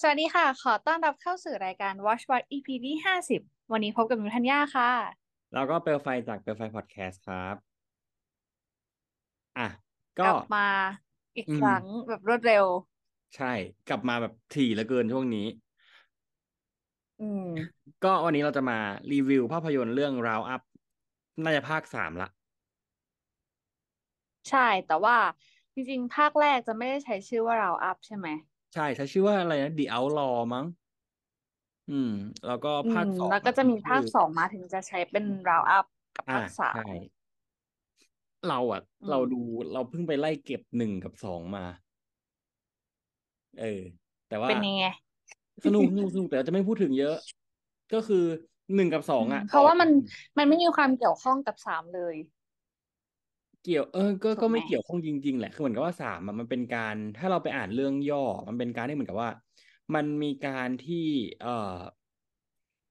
สวัสดีค่ะ ขอต้อนรับเข้าสู่รายการ Watch What EP ที่ห้าสิบวันนี้พบกับหนูธัญญาค่ะ แล้วก็เปลวไฟจากเปลวไฟพอดแคสต์ครับ อ่ะ ก ก็ ลับมาอีก อื ค ม รั้งแบบรวดเร็ว ใช่ กลับมาแบบถี่เหลือเกินช่วงนี้ อืม ก็วันนี้เราจะมารีวิวภาพยนตร์เรื่อง Round Up น่าจะภาคสามละ ใช่ แต่ว่าจริงๆ ภาคแรกจะไม่ได้ใช้ชื่อว่า Round Up ใช่ไหม ใช่ใช้ชื่อว่าอะไรนะ The Outlaw มั้ง อืม แล้วก็ อื ภาม คสอ แล้ ง วก็ อ่ะ จะ มี มี ชื่ ภา อ คสองมาถึงจะใช้เป็น Round Up กับ อ่า ภาคสา ใช่ ม เราอ่ะ อื เรา ม ดูเราเพิ่งไปไล่เก็บหนึ่งกับสองมา เออ แต่ว่า เป็นยังไง สนุกสนุกสนุกแต่จะไม่พูดถึงเยอะ ก็คือหนึ่งกับสอ อื ง ม อ่ะ เพ ต่อ ราะว่า กั มัน น มันไม่มีความเกี่ยวข้องกับสามเลย เกี่ยวเออก็ ถู ก็ กไห ไม่ ม เกี่ยวข้องจริงๆแหละคือเหมือนกับว่าสามอะมันเป็นการ ถ้าเราไปอ่านเรื่องย่อ มันเป็นการที่เหมือนกับว่า มันมีการที่ เอ่อไ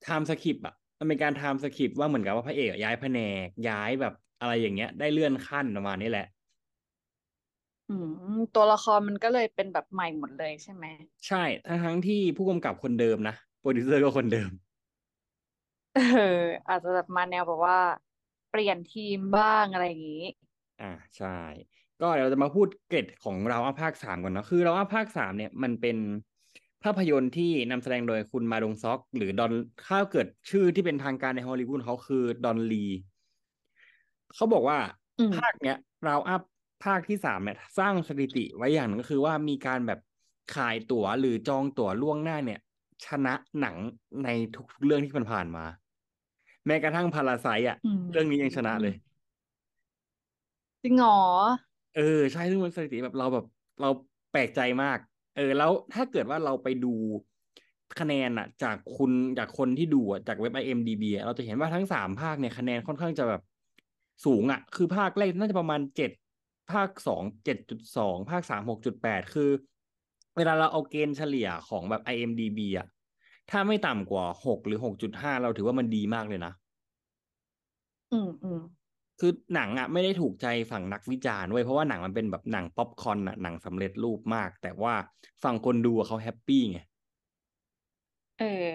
ทม์สคิปอ่ะมันเป็นการไทม์สคิปว่าเหมือนกับว่าพระเอกอะย้ายแผนกย้ายแบบอะไรอย่างเงี้ย ได้เลื่อนขั้นประมาณนี้แหละ อืม ตัวละครมันก็เลยเป็นแบบใหม่หมดเลยใช่ไหม ใช่ทั้งทั้งที่ผู้กำกับคนเดิมนะโปรดิวเซอร์ก็คนเดิม เอออาจจะแบบมาแนวแบบว่า เปลี่ยนทีมบ้างอะไรอย่างนี้ อ่าใช่ ก็เดี๋ยวเราจะมาพูดเกร็ดของเราว่าภาคสามก่อนเนาะคือเราว่าภาคสามเนี่ยมันเป็นภาพยนตร์ที่นำแสดงโดยคุณมาดงซอก หรือดอนถ้าเกิดชื่อที่เป็นทางการในฮอลลีวูดเขาคือดอนลี เขาบอกว่า อืม ภาคเนี้ยราวอัพภาคที่สามเนี่ย สร้างสถิติไว้อย่างหนึงก็คือว่ามีการแบบขายตั๋วหรือจองตั๋วล่วงหน้าเนี่ย ชนะหนังในทุกเรื่องที่มันผ่านๆมา แม้กระทั่งพาราไซอ่ะ อืม เรื่องนี้ยังชนะเลย จริงเหรอ เออใช่ซึ่งมันสถิติแบบเราแบบเราแปลกใจมาก เออ แล้วถ้าเกิดว่าเราไปดูคะแนนอ่ะ จากคุณจากคนที่ดูอะจากเว็บ IMDb อะเราจะเห็นว่าทั้งสามภาคเนี่ยคะแนนค่อนข้างจะแบบสูงอ่ะ คือภาคแรกน่าจะประมาณเจ็ดภาคสองเจ็ดจุดสองภาคสามหกจุดแปดคือ เวลาเราเอาเกณฑ์เฉลี่ยของแบบ IMDb อ่ะ ถ้าไม่ต่ำกว่าหกหรือหกจุดห้าเราถือว่ามันดีมากเลยนะ อืมอืม คือหนังอ่ะไม่ได้ถูกใจฝั่งนักวิจารณ์เว้ยเพราะว่าหนังมันเป็นแบบหนังป๊อปคอร์นอ่ะหนังสำเร็จรูปมาก แต่ว่าฝั่งคนดูอะเขาแฮปปี้ไง เออ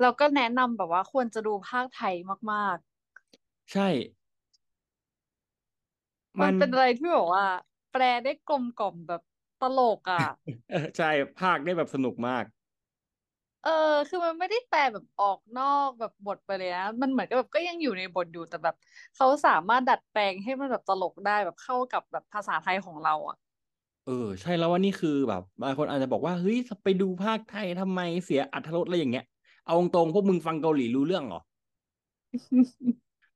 เราก็แนะนำแบบว่าควรจะดูภาคไทยมาก ใช่ ๆ มั มัน น เป็นอะไรที่แบบว่า แปลได้กลมกล่อมแบบตลกอ่ะ เออใช่ภาคได้แบบสนุกมาก เออ คือมันไม่ได้แปลแบบออกนอกแบบบทไปเลยนะ มันเหมือนกับแบบก็ยังอยู่ในบทอยู่แต่แบบเขาสามารถดัดแปลงให้มันแบบตลกได้แบบเข้ากับแบบภาษาไทยของเราอ่ะ เออ ใช่แล้วว่านี่คือแบบบางคนอาจจะบอกว่าเฮ้ยไปดูภาคไทยทำไมเสียอรรถรสอะไรอย่างเงี้ยเอาตรงๆพวกมึงฟังเกาหลีรู้เรื่องเหรอ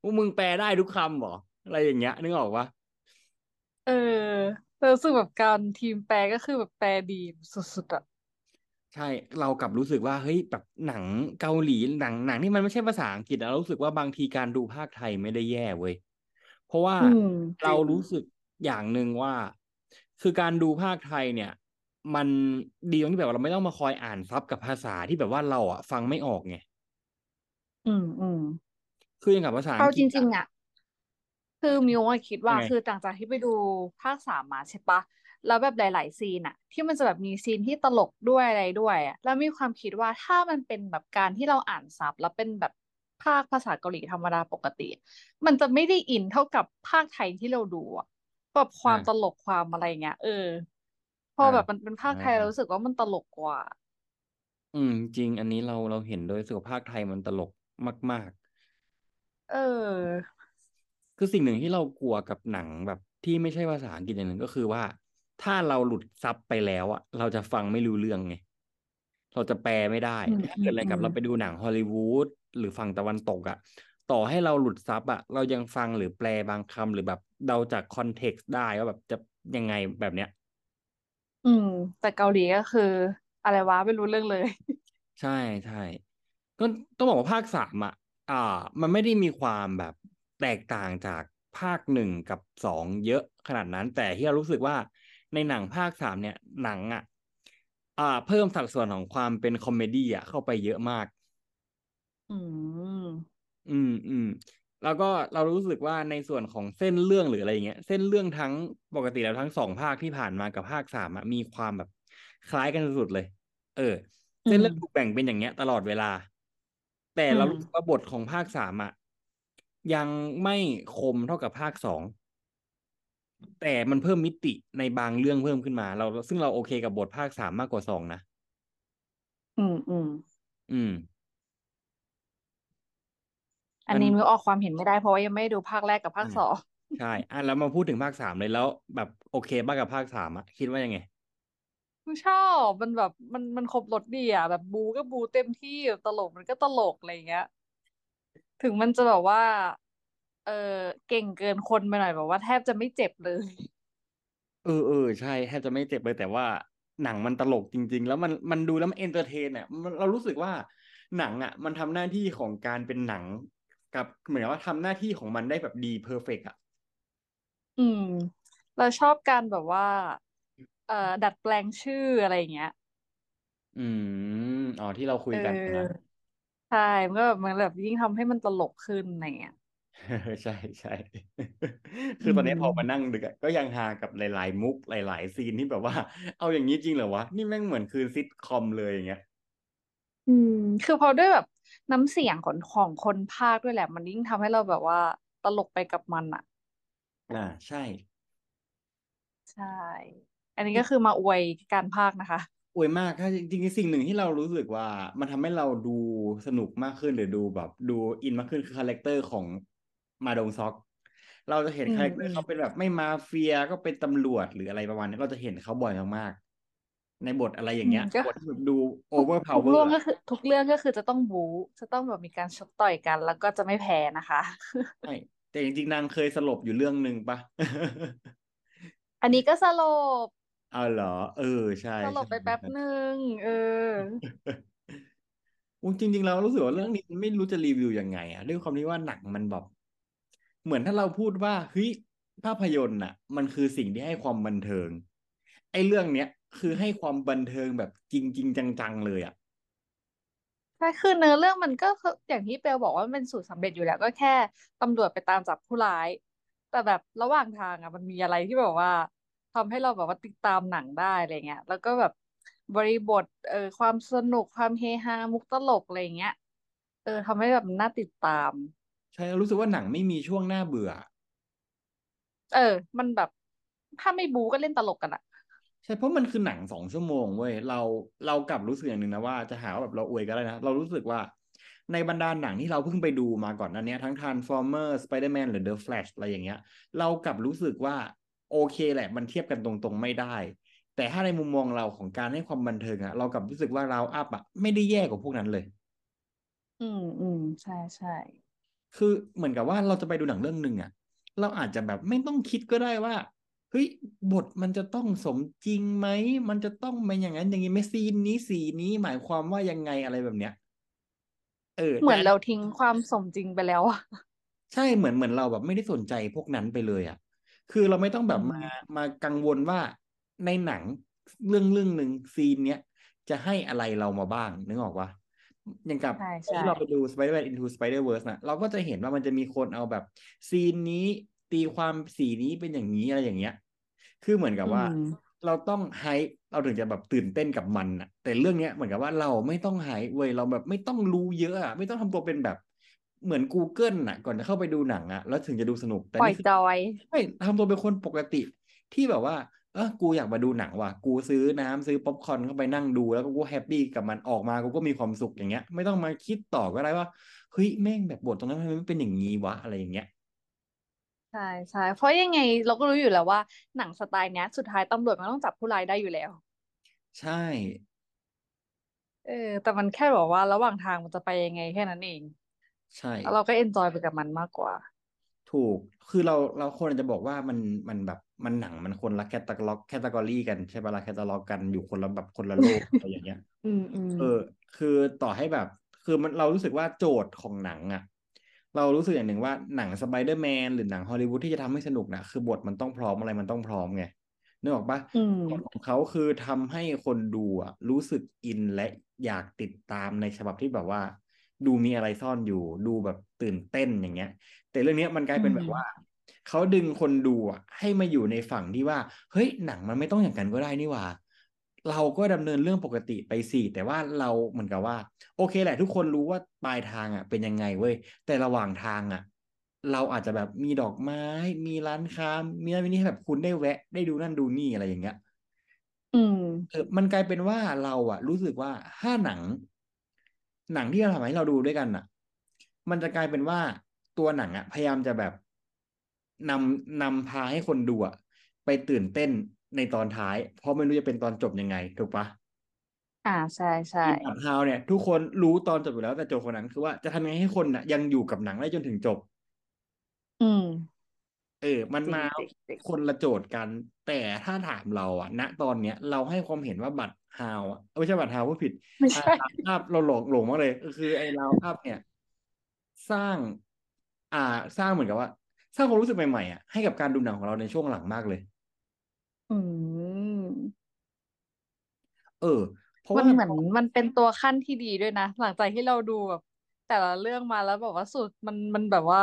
พวกมึงแปลได้ทุกคำเหรออะไรอย่างเงี้ยนึกออกปะ เออแล้วรู้สึกแบบการทีมแปลก็คือแบบแปลดีสุดๆอ่ะ ใช่เรากลับรู้สึกว่าเฮ้ยแบบหนังเกาหลีหนังหนังที่มันไม่ใช่ภาษาอังกฤษอะเรารู้สึกว่าบางทีการดูภาคไทยไม่ได้แย่เว้ยเพราะว่า อืม จ เรา ริง รู้สึกอย่างหนึ่งว่า คือการดูภาคไทยเนี่ย มันดีตรงที่แบบว่าเราไม่ต้องมาคอยอ่านซับกับภาษาที่แบบว่าเราอะฟังไม่ออกไง อืมอืม คืออย่างกับภาษาอั เอา งกฤ จ ษ ริ อะ ง ๆ อ่ะ คือมิวอะคิด ยั ว่าง ไง คือหลังจากที่ไปดูภาคสามมาใช่ปะแล้วแบบหลาย ๆ ซีนอะที่มันจะแบบมีซีนที่ตลกด้วยอะไรด้วยอะแล้วมีความคิดว่าถ้ามันเป็นแบบการที่เราอ่านซับแล้วเป็นแบบภาคภาษาเกาหลีธรรมดาปกติ มันจะไม่ได้อินเท่ากับภาคไทยที่เราดูอะแบบอ่าวคามตลกความอะไรเงี้ยเออ พอ อ่า แบบมันเป็นภาคไทยเรา อ่า รู้สึกว่ามันตลกกว่า อืม จริงอันนี้เราเราเห็นด้วยสึกว่าภาคไทยมันตลกมาก ๆ เออ คือสิ่งหนึ่งที่เรากลัวกับหนังแบบที่ไม่ใช่ภาษาอังกฤษอย่างหนึ่งก็คือว่า ถ้าเราหลุดซับไปแล้วอ่ะ เราจะฟังไม่รู้เรื่องไงเราจะแปลไม่ได้ อืม แต่ถ้า อื เกิ ม ดอะไร อื กับ ม เราไปดูหนังฮอลลีวูดหรือฝั่งตะวันตกอ่ะ ต่อให้เราหลุดซับอ่ะ เรายังฟังหรือแปลบางคำหรือแบบเดาจากคอนเท็กซ์ได้ว่าแบบจะยังไงแบบเนี้ย อืม แต่เกาหลีก็คือ อะไรวะไม่รู้เรื่องเลย ใช่ใช่ก็ต้องบอกว่าภาคสามอ่ะ อ่า มันไม่ได้มีความแบบแตกต่างจากภาคหนึ่งกับสองเยอะขนาดนั้น แต่ที่เรารู้สึกว่าในหนังภาคสามเนี่ย หนังอ่ะ อ่า เพิ่มสัดส่วนของความเป็นคอมเมดี้อ่ะเข้าไปเยอะมาก อืม อืมอืมแล้วก็เรารู้สึกว่าในส่วนของเส้นเรื่องหรืออะไรอย่างเงี้ย เส้นเรื่องทั้งปกติแล้วทั้งสองภาคที่ผ่านมากับภาคสามอะมีความแบบคล้ายกันสุดๆเลย เออ เส้น อืม เรื่องถูกแบ่งเป็นอย่างเงี้ย ตลอดเวลา แต่เรา อืม รู้สึกว่าบทของภาคสามอ่ะยังไม่คมเท่ากับภาคสองแต่มันเพิ่มมิติในบางเรื่องเพิ่มขึ้นมา เราซึ่งเราโอเคกับบทภาคสามมากกว่าสองนะ อืมอืม อืม อัน มัน นี้มิวออกความเห็นไม่ได้เพราะว่ายังไม่ได้ดูภาคแรกกับภาค อ่า สอง ใช่อ่ะแล้วมาพูดถึงภาคสามเลยแล้ว แบบโอเคบ้างกับภาคสามอ่ะคิดว่ายังไง มิวชอบมันแบบมันมันครบรสดีอ่ะแบบบูก็บูเต็มที่แบบตลกมันก็ตลกอะไรอย่างเงี้ย ถึงมันจะแบบว่า เออเก่งเกินคนไปหน่อยแบบว่าแทบจะไม่เจ็บเลย เออเออใช่แทบจะไม่เจ็บเลยแต่ว่าหนังมันตลกจริง ๆ แล้วมันมันดูแล้วมันเอนเตอร์เทนอ่ะมันเรารู้สึกว่าหนังอ่ะ มันทำหน้าที่ของการเป็นหนัง กับเหมือนกับว่าทำหน้าที่ของมันได้แบบดีเพอร์เฟกต์อ่ะ อืม เราชอบการแบบว่า เอ่อดัดแปลงชื่ออะไรอย่างเงี้ย อืมอ๋อที่เราคุ เอย อ กันนะ ใช่มันก็แบบมันแบบยิ่งทำให้มันตลกขึ้นอะไรอย่างเงี้ย ใช่ใช่ อื คือตอน ม นี้พอมานั่งดึกอะก็ยังฮากับหลาย ๆ มุกหลาย ๆ ซีนที่แบบว่า เอาอย่างนี้จริงเหรอวะนี่แม่งเหมือนคือซิทคอมเลยอย่างเงี้ย อืม คือพอด้วยแบบน้ำเสียงของของคนพากย์ด้วยแหละ มันยิ่งทำให้เราแบบว่าตลกไปกับมันอ่ะ อ่าใช่ ใช่ อันนี้ก็คือมาอวยการพากย์นะคะ อวยมากถ้าจริงๆสิ่งหนึ่งที่เรารู้สึกว่า มันทำให้เราดูสนุกมากขึ้นหรือดูแบบดูอินมากขึ้นคือคาแรคเตอร์ของมาดงซอก เราจะเห็น อื คาม แรคเตอ อื ร์ ม เขาเป็นแบบไม่มาเฟียก็เป็นตำรวจหรืออะไรประมาณนี้เราจะเห็นเขาบ่อยมากๆ ในบทอะไรอย่า อื ง ม เงี้ย ก็ บทที่แบบดูโอ ทุก เวอร์พา ทุก เวอ เรื่อ ร์ งก็คือ ทุกเรื่องก็คือจะต้องบู๊จะต้องแบบมีการชกต่อยกัน แล้วก็จะไม่แพ้นะคะ ใช่แต่จริงๆนางเคยสลบอยู่เรื่องหนึ่งปะ อันนี้ก็สลบ เอาเหรอ เออใช่ สลบ ใช่ ไปแป๊บ ใช่ หนึ่งเออ อุ๊ยจริงๆเรารู้สึกว่าเรื่องนี้ไม่รู้จะรีวิวยังไงอะด้วยความที่ว่าหนังมันแบบเหมือนถ้าเราพูดว่าเฮ้ยภาพยนตร์น่ะ มันคือสิ่งที่ให้ความบันเทิง ไอ้เรื่องเนี้ยคือให้ความบันเทิงแบบจริง ๆ จังๆเลยอ่ะ ใช่คือเนื้อเรื่องมันก็คืออย่างที่เปลบอกว่ามันเป็นสูตรสำเร็จอยู่แล้ว ก็แค่ตำรวจไปตามจับผู้ร้าย แต่แบบระหว่างทางอ่ะมันมีอะไรที่แบบว่าทำให้เราแบบว่าติดตามหนังได้อะไรเงี้ย แล้วก็แบบบริบทเออความสนุกความเฮฮามุกตลกอะไรเงี้ยเออทำให้แบบมันน่าติดตาม ใช่เรารู้สึกว่าหนังไม่มีช่วงน่าเบื่อ เออ มันแบบถ้าไม่บู๊ก็เล่นตลกกันอะ ใช่เพราะมันคือหนังสองชั่วโมงเว้ยเราเรากลับรู้สึกอย่างหนึ่งนะว่าจะหาว่าแบบเราอวยก็ได้นะ เรารู้สึกว่าในบรรดาหนังที่เราเพิ่งไปดูมาก่อนอันเนี้ยทั้ง Transformer Spider-Man หรือ The Flash อะไรอย่างเงี้ย เรากลับรู้สึกว่าโอเคแหละ มันเทียบกันตรงๆไม่ได้ แต่ถ้าในมุมมองเราของการให้ความบันเทิงอะเรากลับรู้สึกว่าเราอัพอะไม่ได้แย่กว่าพวกนั้นเลย อืมอืมใช่ใช่ คือเหมือนกับว่าเราจะไปดูหนังเรื่องหนึ่งอ่ะ เราอาจจะแบบไม่ต้องคิดก็ได้ว่าเฮ้ยบทมันจะต้องสมจริงไหม มันจะต้องเป็นอย่างนั้นอย่างนี้ไหมซีนนี้สีนี้หมายความว่ายังไงอะไรแบบเนี้ย เออ เห แต่ มือนเราทิ้งความสมจริงไปแล้วอะ ใช่เหมือนเหมือนเราแบบไม่ได้สนใจพวกนั้นไปเลยอ่ะ คือเราไม่ต้องแบ อื บ ม มามากังวลว่าในหนังเรื่องเรื่องหนึ่งซีนเนี้ยจะให้อะไรเรามาบ้างนึกออกปะอย่างกับ ใช่ ตอน ใช่ ที่เราไปดู Spider-Man Into Spider-Verse นะเราก็จะเห็นว่ามันจะมีคนเอาแบบ ซีนนี้ตีความสีนี้เป็นอย่างนี้อะไรอย่างเงี้ย คือเหมือนกับ อื ว่า ม เราต้องไฮป์เราถึงจะแบบตื่นเต้นกับมันอ่ะ แต่เรื่องเนี้ยเหมือนกับว่าเราไม่ต้องไฮป์เว้ยเราแบบไม่ต้องรู้เยอะอ่ะไม่ต้องทำตัวเป็นแบบเหมือน Google น่ะ ก่อนจะเข้าไปดูหนังอ่ะแล้วถึงจะดูสนุก แต่ ปล่อ นี่ ย คือ จอย ไม่ทำตัวเป็นคนปกติ ที่แบบว่า เออกูอยากมาดูหนังว่ะกูซื้อน้ำซื้อป๊อปคอร์นเข้าไปนั่งดูแล้วกูแฮปปี้กับมันออกมากูก็มีความสุขอย่างเงี้ย ไม่ต้องมาคิดต่อก็ได้ว่าเฮ้ยแม่งแบบบทตรงนั้นทำไมมันเป็นอย่างนี้วะอะไรอย่างเงี้ย ใช่ใช่เพราะยังไงเราก็รู้อยู่แล้วว่าหนังสไตล์เนี้ย สุดท้ายตำรวจมันต้องจับผู้ร้ายได้อยู่แล้ว ใช่ เออ แต่มันแค่บอกว่าระหว่างทางมันจะไปยังไงแค่นั้นเอง ใช่ แล้วเราก็เอนจอยไปกับมันมากกว่า ถูก คือเราเราคนอาจจะบอกว่ามันมันแบบมันหนังมันคนละแคตตาล็อกแคตตากรีกันใช่ปะล่ะแคตตาล็อกกันอยู่คนละแบบคนละโล กอะไรอย่างเงี้ย อืมอืม เออ คือต่อให้แบบ คือมันเรารู้สึกว่าโจทย์ของหนังอ่ะ เรารู้สึกอย่างหนึ่งว่าหนังสไปเดอร์แมนหรือหนังฮอลลีวูดที่จะทำให้สนุกนะคือบทมันต้องพร้อมอะไรมันต้องพร้อมไงนึกออกปะ อืม โจทย์ของเขาคือทำให้คนดูอะรู้สึกอินและอยากติดตามในฉบับที่แบบว่า ดูมีอะไรซ่อนอยู่ ดูแบบตื่นเต้นอย่างเงี้ย แต่เรื่องเนี้ยมันกลา อื ยเป็น ม แบบว่า เขาดึงคนดูอ่ะให้มาอยู่ในฝั่งที่ว่า เฮ้ยหนังมันไม่ต้องอย่างกันก็ได้นี่หว่า เราก็ดำเนินเรื่องปกติไปสิแต่ว่าเราเหมือนกับว่า โอเคแหละทุกคนรู้ว่าปลายทางอ่ะ เป็นยังไงเว้ยแต่ระหว่างทางอ่ะ เราอาจจะแบบมีดอกไม้ มีร้านค้ามีนั่นมีนี่ให้แบบคุณได้แวะ ได้ดูนั่นดูนี่อะไรอย่างเงี้ย อืม เออมันกลายเป็นว่าเราอะรู้สึกว่าถ้าหนัง หนังที่เราทำให้เราดูด้วยกันอะมันจะกลายเป็นว่าตัวหนังอะพยายามจะแบบนำนำพาให้คนดูอะไปตื่นเต้นในตอนท้าย เพราะไม่รู้จะเป็นตอนจบยังไง ถูกปะ อ่าใช่ใช่ อินอัดฮาวเนี่ย ทุกคนรู้ตอนจบอยู่แล้วแต่โจทย์ของหนังคือว่าจะทำยังไงให้คนอะยังอยู่กับหนังได้จนถึงจบ อืม เออ มัน จริง มา จริงจริง คนละโจทย์กัน แต่ถ้าถามเราอะณตอนเนี้ย เราให้ความเห็นว่าบัตรฮาวอะเอ้ยไม่ใช่บัตรฮาวผู้ผิด ไม่ อา ใช่ ราวอัพเราหลงหลงมากเลย คือไอ้ราวอัพเนี่ย สร้าง อ่า สร้างเหมือนกับว่า สร้างความรู้สึกใหม่ๆอะให้กับการดูหนังของเราในช่วงหลังมากเลย อืม เออ เพราะ มัน ว่า เหมือนมันเป็นตัวขั้นที่ดีด้วยนะ หลังจากที่เราดูแบบแต่ละเรื่องมาแล้วแบบว่าสุดมันมันแบบว่า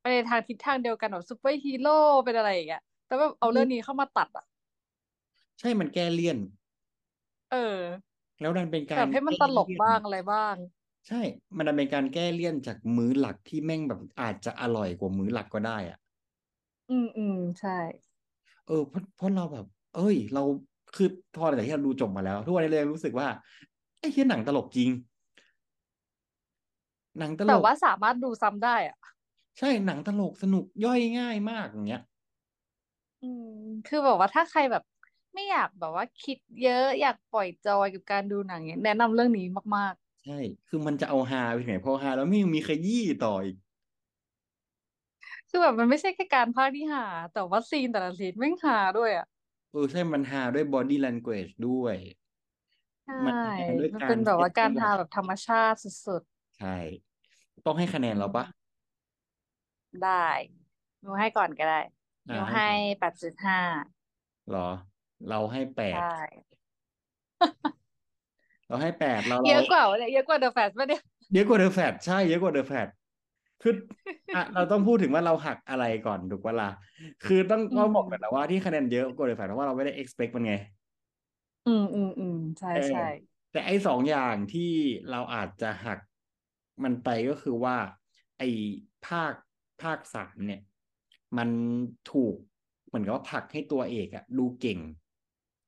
ไปในทางทิศทางเดียวกันแบบซูเปอร์ฮีโร่เป็นอะไรอย่างเงี้ยแต่แบบเอาเรื่องนี้เข้ามาตัดอ่ะ ใช่มันแก้เลี่ยน เออ แล้วดันเป็น แบ การ บให้มัน แก้ ตลก เลี่ยน บ้างอะไรบ้าง ใช่ มันดันเป็นการแก้เลี่ยนจากมื้อหลักที่แม่งแบบอาจจะอร่อยกว่ามื้อหลักก็ได้อะ อืมอืมใช่ เออเพราะเพราะเราแบบ เอ้ย เราคือพอหลังจากที่เราดูจบมาแล้ว ทุกวันนี้เลยรู้สึกว่าไอ้เหี้ยหนังตลกจริง หนังต แต่ ลก ว่าสามารถดูซ้ำได้อ่ะ ใช่หนังตลกสนุกย่อยง่ายมากอย่างเงี้ย อืมคือแบบว่าถ้าใครแบบ ไม่อยากแบบว่าคิดเยอะอยากปล่อยจอยกับการดูหนังเนี่ยแนะนำเรื่องนี้มาก ใช่ คือมันจะเอาฮาไปถึงไหนพอฮาแล้วมันยังมีขยี้ต่ออีก ๆ คือแบบมันไม่ใช่แค่การพากย์ที่หา แต่ว่าซีนแต่ละซีนแม่งหาด้วยอ่ะ เออ ใช่มันฮาด้วย body language ด้วย ใช่ มันฮาด้วย มัน กา เป็น ร แบบ เซ็ ว่า ต กา จั รงทาวหะ แบบธรรมชาติสุด ใช่ ต้องให้คะแน ๆ น อื เรา ม ปะ ได้นิวให้ก่อนก็ได้ อ่า นิว ให้ ให้ ก่อน แปดจุดห้า เหรอ เราให้แป ใช่ ดเราให้แปดเรา เย เรา อะกว่าวะเนี่ยเยอะกว่าเดอะแฟสป่ะเนี่ย เยอะกว่าเดอะแฟตใช่เยอะกว่าเดอะแฟตคืออ่ะเราต้องพูดถึงว่าเราหักอะไรก่อนถูกปะล่ะคือต้อง อื ก็ ม บอกก่อนนะว่าที่คะแนนเยอะกว่าเดอะแฟตเพราะว่าเราไม่ได้ expect มันไง อืมอืมอืมใช่ เออ ใช่ แต่ไอ้สองอย่างที่เราอาจจะหักมันไปก็คือว่า ไอ้ภาคภาคสามเนี่ย มันถูกเหมือนกับว่าผลักให้ตัวเอกอะดูเก่ง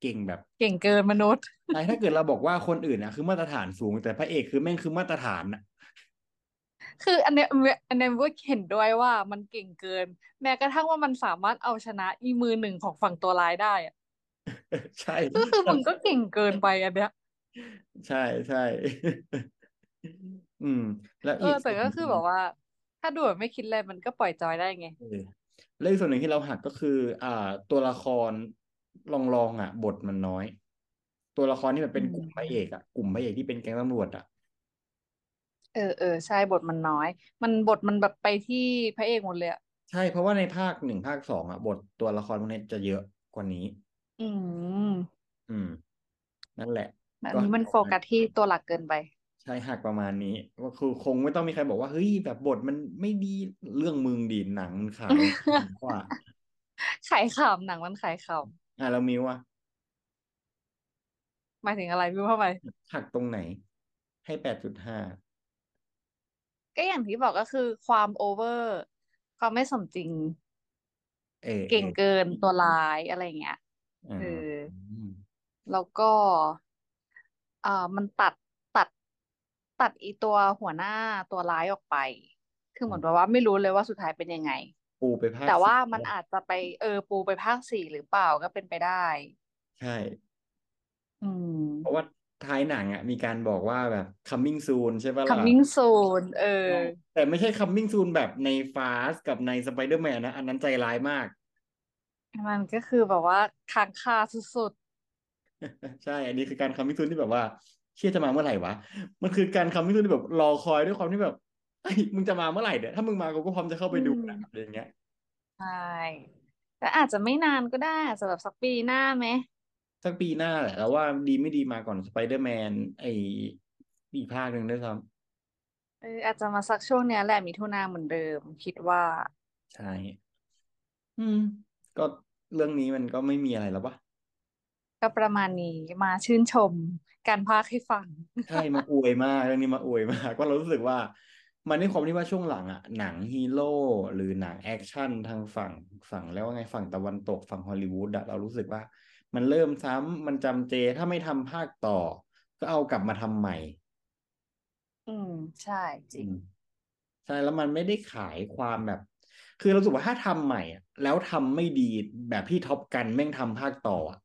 เก่งแบบ เก่งเกินมนุษย์ ใช่ถ้าเกิดเราบอกว่าคนอื่นอะคือมาตรฐานสูง แต่พระเอกคือแม่งคือมาตรฐานอะ คืออันเนี้ยอันเนี้ยเว่าเห็นด้วยว่ามันเก่งเกิน แม้กระทั่งว่ามันสามารถเอาชนะอีมือหนึ่งของฝั่งตัวร้ายได้อะ ใช่ ก็คือมึงก็เก่งเกินไปอันเนี้ย ใช่ใช่ อืม แล้ว เออ อีก แต่ ส่วน ก็ หนึ่ คือง แบบว่า ถ้าดูแบบไม่คิดอะไรมันก็ปล่อยจอยได้ไง เออแล้วอีกส่วนหนึ่งที่เราหักก็คือ อ่า ตัวละครรองรองอ่ะ บทมันน้อย ตัวละครที่แบบ อื เป็น ม กลุ่มพระเอกอ่ะกลุ่มพระเอกที่เป็นแก๊งตำรวจอ่ะ เออเออใช่บทมันน้อย มันบทมันแบบไปที่พระเอกหมดเลยอะ ใช่เพราะว่าในภาคหนึ่งภาคสองอ่ะ บทตัวละครพวกนี้จะเยอะกว่านี้ อืม อืม นั่นแหละ อัน ก็ นี้มันโฟกัสที่ตัวหลักเกินไป ใช่หักประมาณนี้ก็คือคงไม่ต้องมีใครบอกว่าเฮ้ยแบบบทมันไม่ดีเรื่องมึงดีหนังมันขาย กว่า ขายขำหนังมันขายข อ่ะแล้วมิวอ่ะ ำหมายถึงอะไรไม่รู้ทำไม หักตรงไหน ให้แปดจุดห้า ก็อย่างที่บอกก็คือความโอเวอร์ ความไม่สมจริง เออเอ เก่ง อ เกินตัวร้ายอะไรอย่างเงี้ย อ่า เออ อืม แล้วก็เอ่อมันตัดตัดตัดอีตัวหัวหน้าตัวร้ายออกไป คือเหมือนแบบว่าไม่รู้เลยว่าสุดท้ายเป็นยังไง ปูไปภา แต่ ค ว่า สี่ มันอาจจะไปเออปูไปภาคสี่หรือเปล่าก็เป็นไปได้ ใช่ อืม เพราะว่าท้ายหนังอ่ะ มีการบอกว่าแบบ coming soon ใช่ปะล่ะ coming soon เออ ใช่แต่ไม่ใช่ coming soon แบบใน Fast กับใน Spider-Man นะ อันนั้นใจร้ายมาก มันก็คือแบบว่าค้างคาสุด ใช่ อันนี้คือการ coming soon ที่แบบว่า เชื่อจะมาเมื่อไหร่วะ มันคือการ coming soon ที่แบบรอคอยด้วยความที่แบบเอ้ยมึงจะมาเมื่อไหร่เนี่ยถ้ามึงมากูก็พร้อมจะเข้า ๆ อื ไปดู ม นะอะไรอย่างเงี้ย ใช่แต่อาจจะไม่นานก็ได้อาจจะแบบสักปีหน้าไหม สักปีหน้าแหละแล้วว่าดีไม่ดีมาก่อนสไปเดอร์แมนไออีกภาคหนึ่งด้วยซ้ เอออาจจะมาสักช่วงเนี้ยแหละมิถุนาเหมือนเดิม คิดว่า ำใช่ อืม ก็เรื่องนี้มันก็ไม่มีอะไรแล้วปะ ก็ประมาณนี้มาชื่นชมการพากย์ให้ฟัง ใช่มาอวยมากเรื่องนี้มาอวยมากว่าเรารู้สึกว่า มันด้วยความที่ว่าช่วงหลังอะหนังฮีโร่หรือหนังแอคชั่นทางฝั่งฝั่งแล้วว่าไงฝั่งตะวันตกฝั่งฮอลลีวูดอะเรารู้สึกว่า มันเริ่มซ้ำมันจำเจถ้าไม่ทำภาคต่อ ก็เอากลับมาทำใหม่ อืม ใช่จริง อืมใช่แล้วมันไม่ได้ขายความแบบ คือเรารู้สึกว่าถ้าทำใหม่อะแล้วทำไม่ดีแบบที่ท็อปกันแม่งทำภาคต่ออะ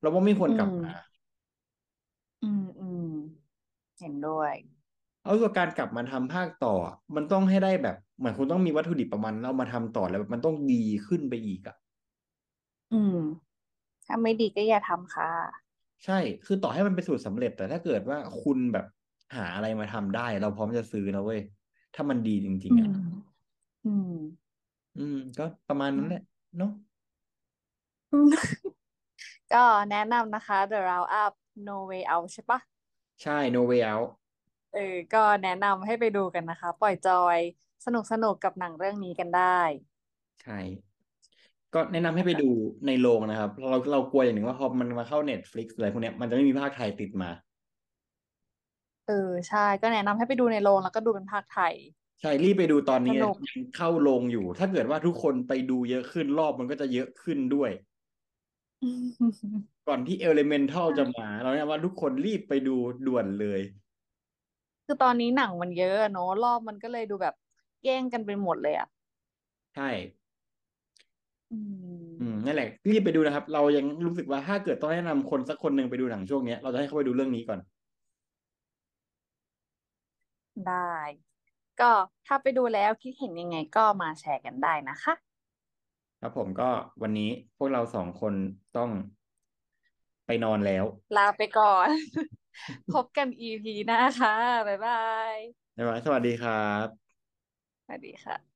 เราว่าไม่ควรกลับ อืม มา อืมอืมเห็นด้วย เอาตัวการกลับมาทำภาคต่ออะมันต้องให้ได้แบบเหมือนคุณต้องมีวัตถุดิบประมาณแล้วเอามาทำต่อแล้วแบบมันต้องดีขึ้นไปอีกอ่ะ อืม ถ้าไม่ดีก็อย่าทำค่ะ ใช่ คือต่อให้มันเป็นสูตรสำเร็จ แต่ถ้าเกิดว่าคุณแบบหาอะไรมาทำได้ เราพร้อมจะซื้อนะเว้ย ถ้ามันดีจริ อื ง ๆ อ่ะ ม อืม อืม ก็ประมาณนั้นแหละเนาะ อืมก็แนะนำนะคะ The Round Up No Way Out ใช่ปะ ใช่ no way out เออ ก็แนะนำให้ไปดูกันนะคะ ปล่อยจอยสนุกสนุกกับหนังเรื่องนี้กันได้ ใช่ ก็แนะนำให้ไปดูในโรงนะครับเพราะเราเรากลัวอย่างหนึ่งว่าพอมันมาเข้า Netflix อะไรพวกเนี้ยมันจะไม่มีภาคไทยติดมา เออใช่ ก็แนะนำให้ไปดูในโรงแล้วก็ดูเป็นภาคไทย ใช่รีบไปดูตอน ส นี้เลย นุก ยังเข้าโรงอยู่ ถ้าเกิดว่าทุกคนไปดูเยอะขึ้นรอบมันก็จะเยอะขึ้นด้วย ก่อนที่ Elemental จะมา เราแนะนำว่าทุกคนรีบไปดูด่วนเลย คือตอนนี้หนังมันเยอะอะเนอะรอบมันก็เลยดูแบบแย่งกันไปหมดเลยอ่ะ ใช่ อืม อืมนั่นแหละรีบไปดูนะครับ เรายังรู้สึกว่าถ้าเกิดต้องแนะนำคนสักคนหนึ่งไปดูหนังช่วงเนี้ยเราจะให้เขาไปดูเรื่องนี้ก่อน ได้ ก็ถ้าไปดูแล้วคิดเห็นยังไงก็มาแชร์กันได้นะคะ ครับผมก็วันนี้พวกเราสองคนต้องไปนอนแล้ว ลาไปก่อน พบกัน EP หน้าค่ะ บ๊ายบาย บ๊ายบายสวัสดีครับ สวัสดีค่ะ